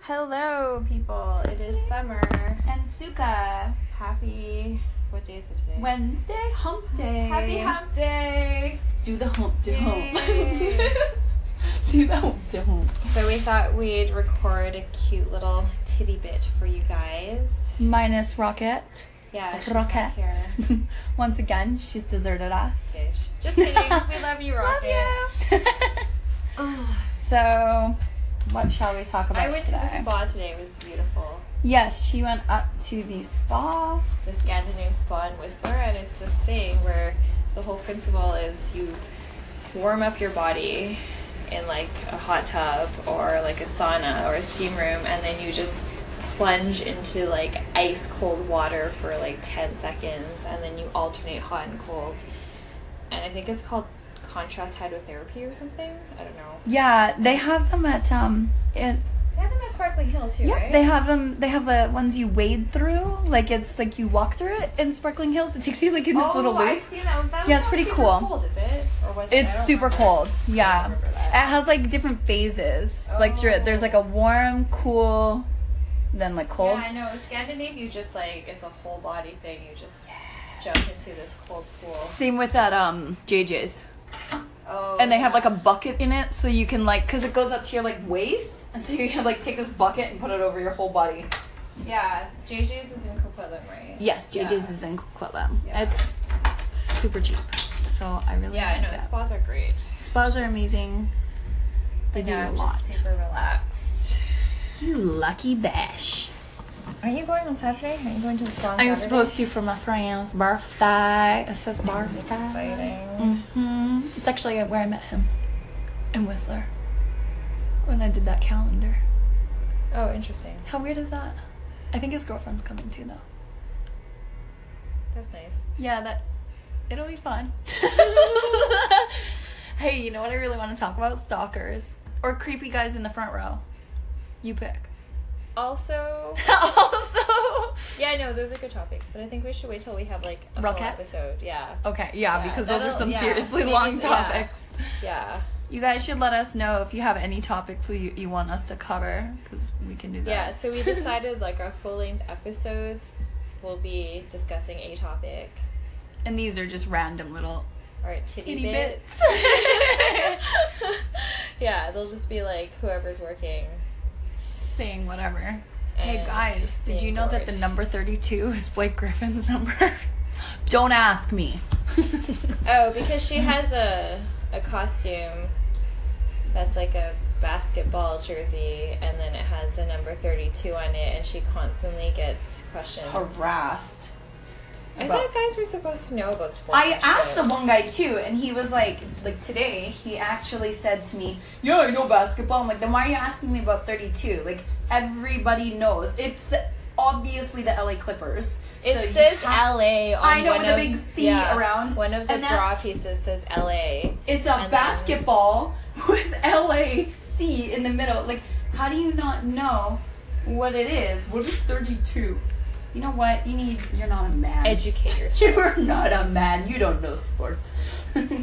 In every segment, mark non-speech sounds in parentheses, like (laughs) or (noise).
Hello, people. It is summer and Suka. Happy. What day is it today? Wednesday hump day. Happy Hump Day. Do the hump to Yay. hump. (laughs) Do the hump to hump. So we thought we'd record a cute little titty bit for you guys. Minus Rocket. Yeah, she's not Rocket. here. (laughs) Once again, she's deserted us. Dish. Just kidding. We love you, Rocket. (laughs) Love you. (laughs) so, what shall we talk about I went to today? the spa today. It was beautiful. Yes, she went up to the spa. The Scandinavian spa in Whistler, and it's this thing where the whole principle is you warm up your body in like a hot tub or like a sauna or a steam room, and then you just plunge into like ice cold water for like 10 seconds, and then you alternate hot and cold. And I think it's called contrast hydrotherapy or something. I don't know. Yeah, they have them at um. It, They have them at Sparkling Hill too, yeah, right? they have them. They have the ones you wade through. Like it's like you walk through it in Sparkling Hills. It takes you like in this Oh, little loop. I've seen that one. That Yeah, it's one's not pretty super cool. Cold, is it? Or was it? I It's don't super remember. cold. Yeah. remember It that. has like different phases. Like through it, there's like a warm, cool, then like cold. Yeah, I know. Scandinavia, you just like it's a whole body thing. You just jump into this cold pool. Same with that um JJ's. Oh. And they have yeah. like a bucket in it so you can like cuz it goes up to your like waist and so (laughs) you can like take this bucket and put it over your whole body. Yeah, JJ's is in Coquitlam, right? Yes, JJ's Yeah. is in Coquitlam. Yeah. It's super cheap. So I really Yeah, I like know. it. Spas are great. Spas are amazing. They do yeah, a I'm lot. just super relaxed. You lucky bash. Are you going on Saturday? Are you going to the spa? On I'm Saturday? supposed to for my friend's birthday. It says birthday. Exciting. hmm It's actually where I met him in Whistler when I did that calendar. Oh, interesting. How weird is that? I think his girlfriend's coming too, though. That's nice. Yeah, that it'll be (laughs) fun. hey, you know what I really want to talk about? Stalkers or creepy guys in the front row. You pick. (laughs) Also, also. yeah, I know those are good topics, but I think we should wait till we have like a Rocket? full episode. Yeah. Okay, yeah, Yeah, because those are that'll- some yeah. seriously We long need to- yeah. topics. Yeah. You guys should let us know if you have any topics you, you want us to cover because we can do that. Yeah, so we decided like our full length episodes will be discussing a topic (laughs) and these are just random little or titty, itty bits. bits. (laughs) yeah, they'll just be like whoever's working. Saying whatever. Hey and guys, did being you know that bored. the number 32 (laughs) is Blake Griffin's number? (laughs) Don't ask (laughs) me. Oh, because she has a a costume that's like a basketball jersey and then it has the number 32 on it and she constantly gets questions. harassed. I thought guys were supposed to know about sports. I and asked shit. the one guy too, and he was like, like today, he actually said to me, "Yeah, I know basketball." I'm like, then why are you asking me about 32? Like everybody knows it's the obviously the LA Clippers. It So you says have- LA on I know, one with a of- big C around, One of the and that- bra pieces says LA. It's and a then- basketball (laughs) with LA C in the middle. Like, how do you not know what it is? What is 32? You know what? You need. You're not a man. (laughs) Educate yourself. You are not a man. You don't know sports. (laughs) I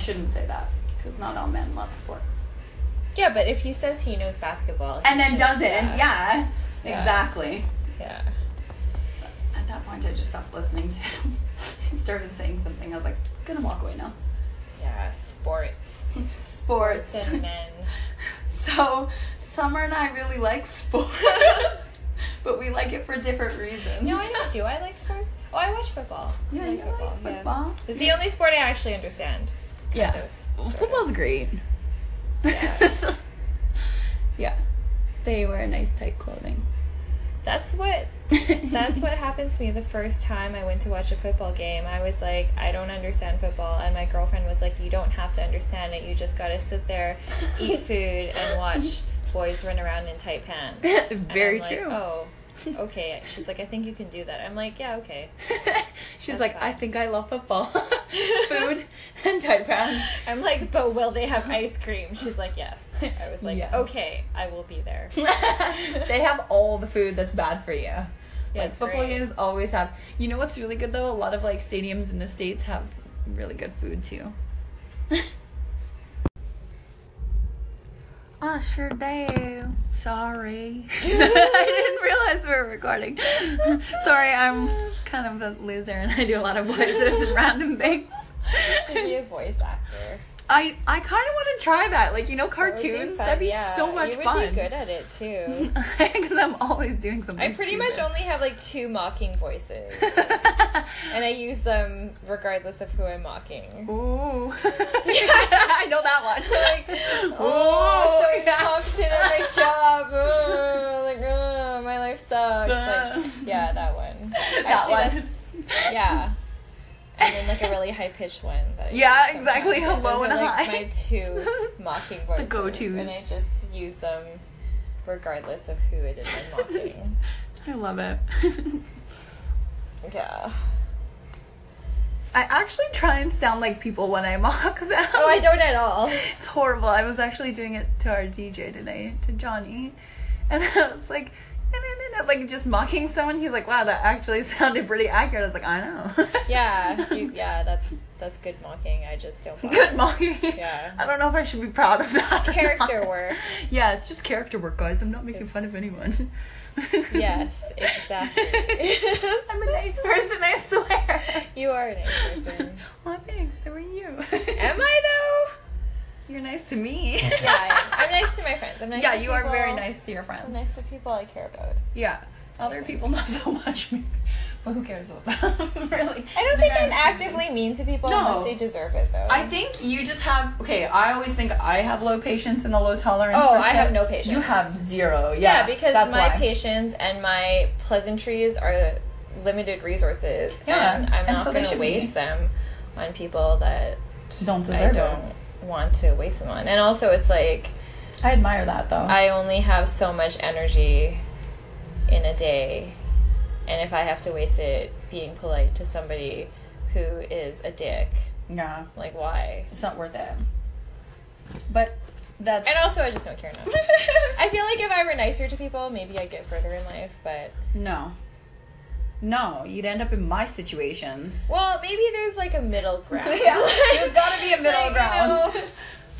shouldn't say that because not all men love sports. Yeah, but if he says he knows basketball, he And then should- doesn't. yeah, Yeah. Yeah. Exactly. yeah. So at that point, I just stopped listening to (laughs) him. he started saying something. I was like, gonna walk away now. Yeah, sports. (laughs) Sports. and men. so, Summer and I really like sports, (laughs) but we like it for different reasons. No, I don't do. I like sports. Oh, I watch football. I Yeah, you like football. yeah. It's the only sport I actually understand. Yeah. of, sort of. Football's great. (laughs) Yeah. They wear nice tight clothing. That's what That's what happened to me the first time I went to watch a football game. I was like, I don't understand football. And my girlfriend was like, You don't have to understand it. You just got to sit there, eat food, and watch boys run around in tight pants. And (laughs) Very I'm like, true. Oh, okay. She's like, I think you can do that. I'm like, Yeah, okay. (laughs) She's Oh, That's like, I fine. think I love (laughs) football, (laughs) food, and tight pants. I'm like, But will they have ice cream? She's like, Yes. (laughs) I was like, Yeah. Okay, I will be (laughs) there. (laughs) they have all the food that's bad for you. Yeah, like it's football great. games always have. You know what's really good though? A lot of like stadiums in the states have (laughs) really good food too. I Ah, sure do. (laughs) Sorry. (laughs) I didn't realize we were recording. (laughs) Sorry, I'm kind of a loser and I do a lot of voices (laughs) and random things. should be a voice actor. (laughs) I, I kind of want to try that. Like, you know, That would be cartoons? fun, That'd be yeah. so much you would fun. be good at it too. (laughs) Because I'm always doing something. I pretty much only have like two mocking (laughs) voices, only. and I use them regardless of who (laughs) I'm mocking. Ooh. I know that one. (laughs) like, oh, so incompetent at my (laughs) job. Oh, like, oh, my life (laughs) sucks. Like, yeah, that one. That one. that's- Yeah. And then like a really high pitched one. That I Yeah, use sometimes. exactly. Like, Hello those and are, like, hi. My two (laughs) mocking voices. go-tos. And I just use them regardless of who it is I'm (laughs) mocking. I love it. (laughs) Oh, yeah. I actually try and sound like people when I mock them. Oh, I don't at all. It's horrible. I was actually doing it to our DJ today, to Johnny. And (laughs) I was like, "No, no, no, no," like just mocking someone. He's like, wow, that actually (laughs) sounded pretty accurate. I was like, I know. (laughs) Yeah, (laughs) you, yeah, that's that's good mocking. I just don't. mock. Good mocking. Yeah. I don't know if I should be proud of that. or Character not. work. Yeah, it's just character work, guys. I'm not making It's- fun of anyone. Yes, exactly. (laughs) I'm a nice person, I swear. You are a nice person. Well, thanks. So are you. Am I You're nice to me. though? Yeah, I am. I'm nice to my friends. I'm nice. yeah, to you are people. very nice to your I'm friends. nice to people I care about. Yeah. Other people, not so much, maybe. But who cares about them, (laughs) really? I don't In the think grand I'm scheme of actively mean to people No. unless they deserve it though. I think you just have okay. I always think I have low patience and a low tolerance. Oh, for I shit. have no patience. You have zero. Yeah, yeah, because that's my why. patience and my pleasantries are limited resources, Yeah, and I'm and not so they going to should be. waste them on people that don't I deserve don't it. want to waste them on. And also, it's like I admire that though. I only have so much energy in a day, and if I have to waste it being polite to somebody who is a dick, yeah, like why? it's not worth it. But that's (laughs) And also, I just don't care enough. I feel like if I were nicer to people, maybe I'd get further in life. But no, no. You'd end up in my situations. well, maybe there's like (laughs) a middle ground. Yeah, there's gotta be a middle Like, you ground. know,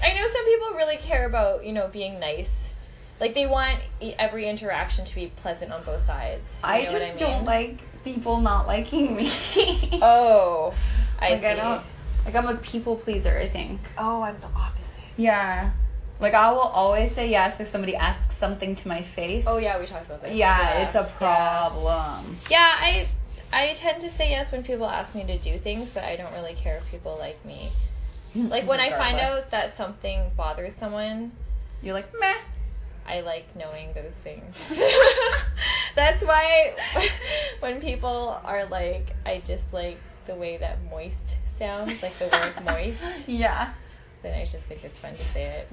I know some people really care about you know being nice. Like they want e- every interaction to be pleasant on both sides. You I know just what don't like people not liking (laughs) me. Oh, I like see. I don't. Like I'm a people pleaser. I think. Oh, I'm the opposite. Yeah. Like I will always say yes if somebody asks something to my face. Oh yeah, we talked about this. Yeah, it's a yeah. problem. Yeah, I I tend to say yes when people ask me to do things, but I don't really care if people like me. Like when I find Regardless. out that something bothers someone, You're like meh. I like knowing those things. (laughs) That's why (laughs) when people are like, I just like the way that moist sounds, like the (laughs) word moist, Yeah. then I just think it's fun to say it.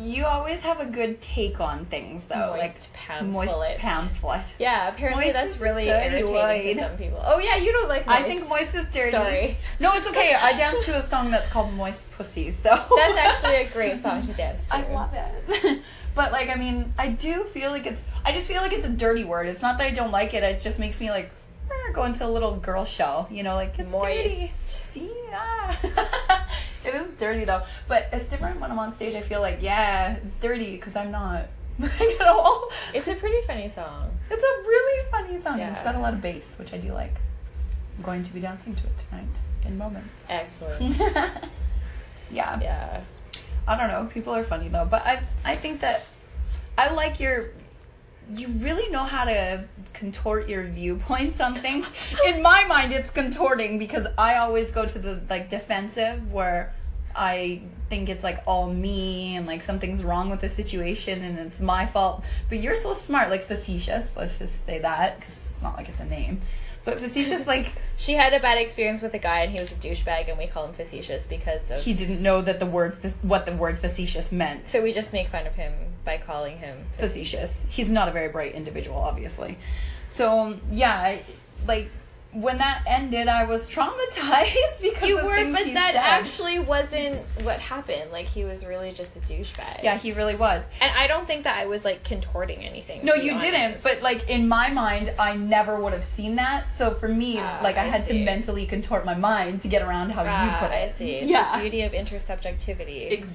You always have a good take on things though, moist Oh, like pamphlet. moist pamphlet. Yeah, apparently Moist that's is really dirty entertaining word. to some people. Oh yeah, you don't like moist. I think moist is dirty. Sorry. No, it's okay. I danced to a song that's called Moist Pussy, so That's actually a great song to dance to. (laughs) I love it. (laughs) but like, I mean, I do feel like it's. I just feel like it's a dirty word. It's not that I don't like it. It just makes me like "Ah," go into a little girl shell. You know, like it's Moist. dirty. See, ah. (laughs) it is dirty though. But it's different when I'm on stage. I feel like yeah, it's dirty because I'm not (laughs) like at all. It's a pretty funny song. It's a really funny song. Yeah. It's got a lot of bass, which I do like. I'm going to be dancing to it tonight in (laughs) moments. Excellent. yeah. Yeah. I don't know. People are funny though, but I I think that I like your. You really know how to contort your viewpoints on things. In my mind, it's contorting because I always go to the like defensive where I think it's like all me and like something's wrong with the situation and it's my fault. But you're so smart, like facetious. Let's just say that because it's not like it's a name, but facetious like. She had a bad experience with a guy and he was a douchebag and we call him facetious because of He didn't know that the word fac- what the word facetious meant. so we just make fun of him by calling him facetious. He's not a very bright individual, obviously. So um, yeah, I, like when that ended, I was traumatized (laughs) because You of were, things he but that said. actually wasn't what happened. Like he was really just a douchebag. yeah, he really was. And I don't think that I was like contorting anything. No, to be you didn't. honest. But like in my mind, I never would have seen that. So for me, Ah, like I, I had see. to mentally contort my mind to get around how you Ah, put it. I see. It's (laughs) the Yeah. beauty of intersubjectivity. Exactly.